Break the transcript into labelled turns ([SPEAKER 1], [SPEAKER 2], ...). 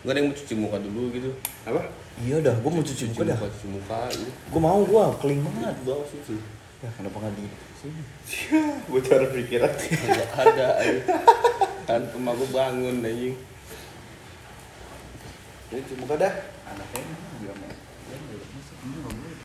[SPEAKER 1] Gak ada yang mau cuci muka dulu gitu.
[SPEAKER 2] apa
[SPEAKER 3] Iya dah, gue mau cuci
[SPEAKER 1] Cuci
[SPEAKER 3] muka dah.
[SPEAKER 1] muka, cuci muka. iya. Ini
[SPEAKER 3] Gue mau gue, keling banget.
[SPEAKER 1] bawah situ.
[SPEAKER 3] Ya kenapa nggak di sini?
[SPEAKER 2] gue cara pikiran
[SPEAKER 1] Gak ada. anjing. Kan emak gua bangun anjing.
[SPEAKER 2] jadi cuma dah
[SPEAKER 3] Anaknya ini bilang ya.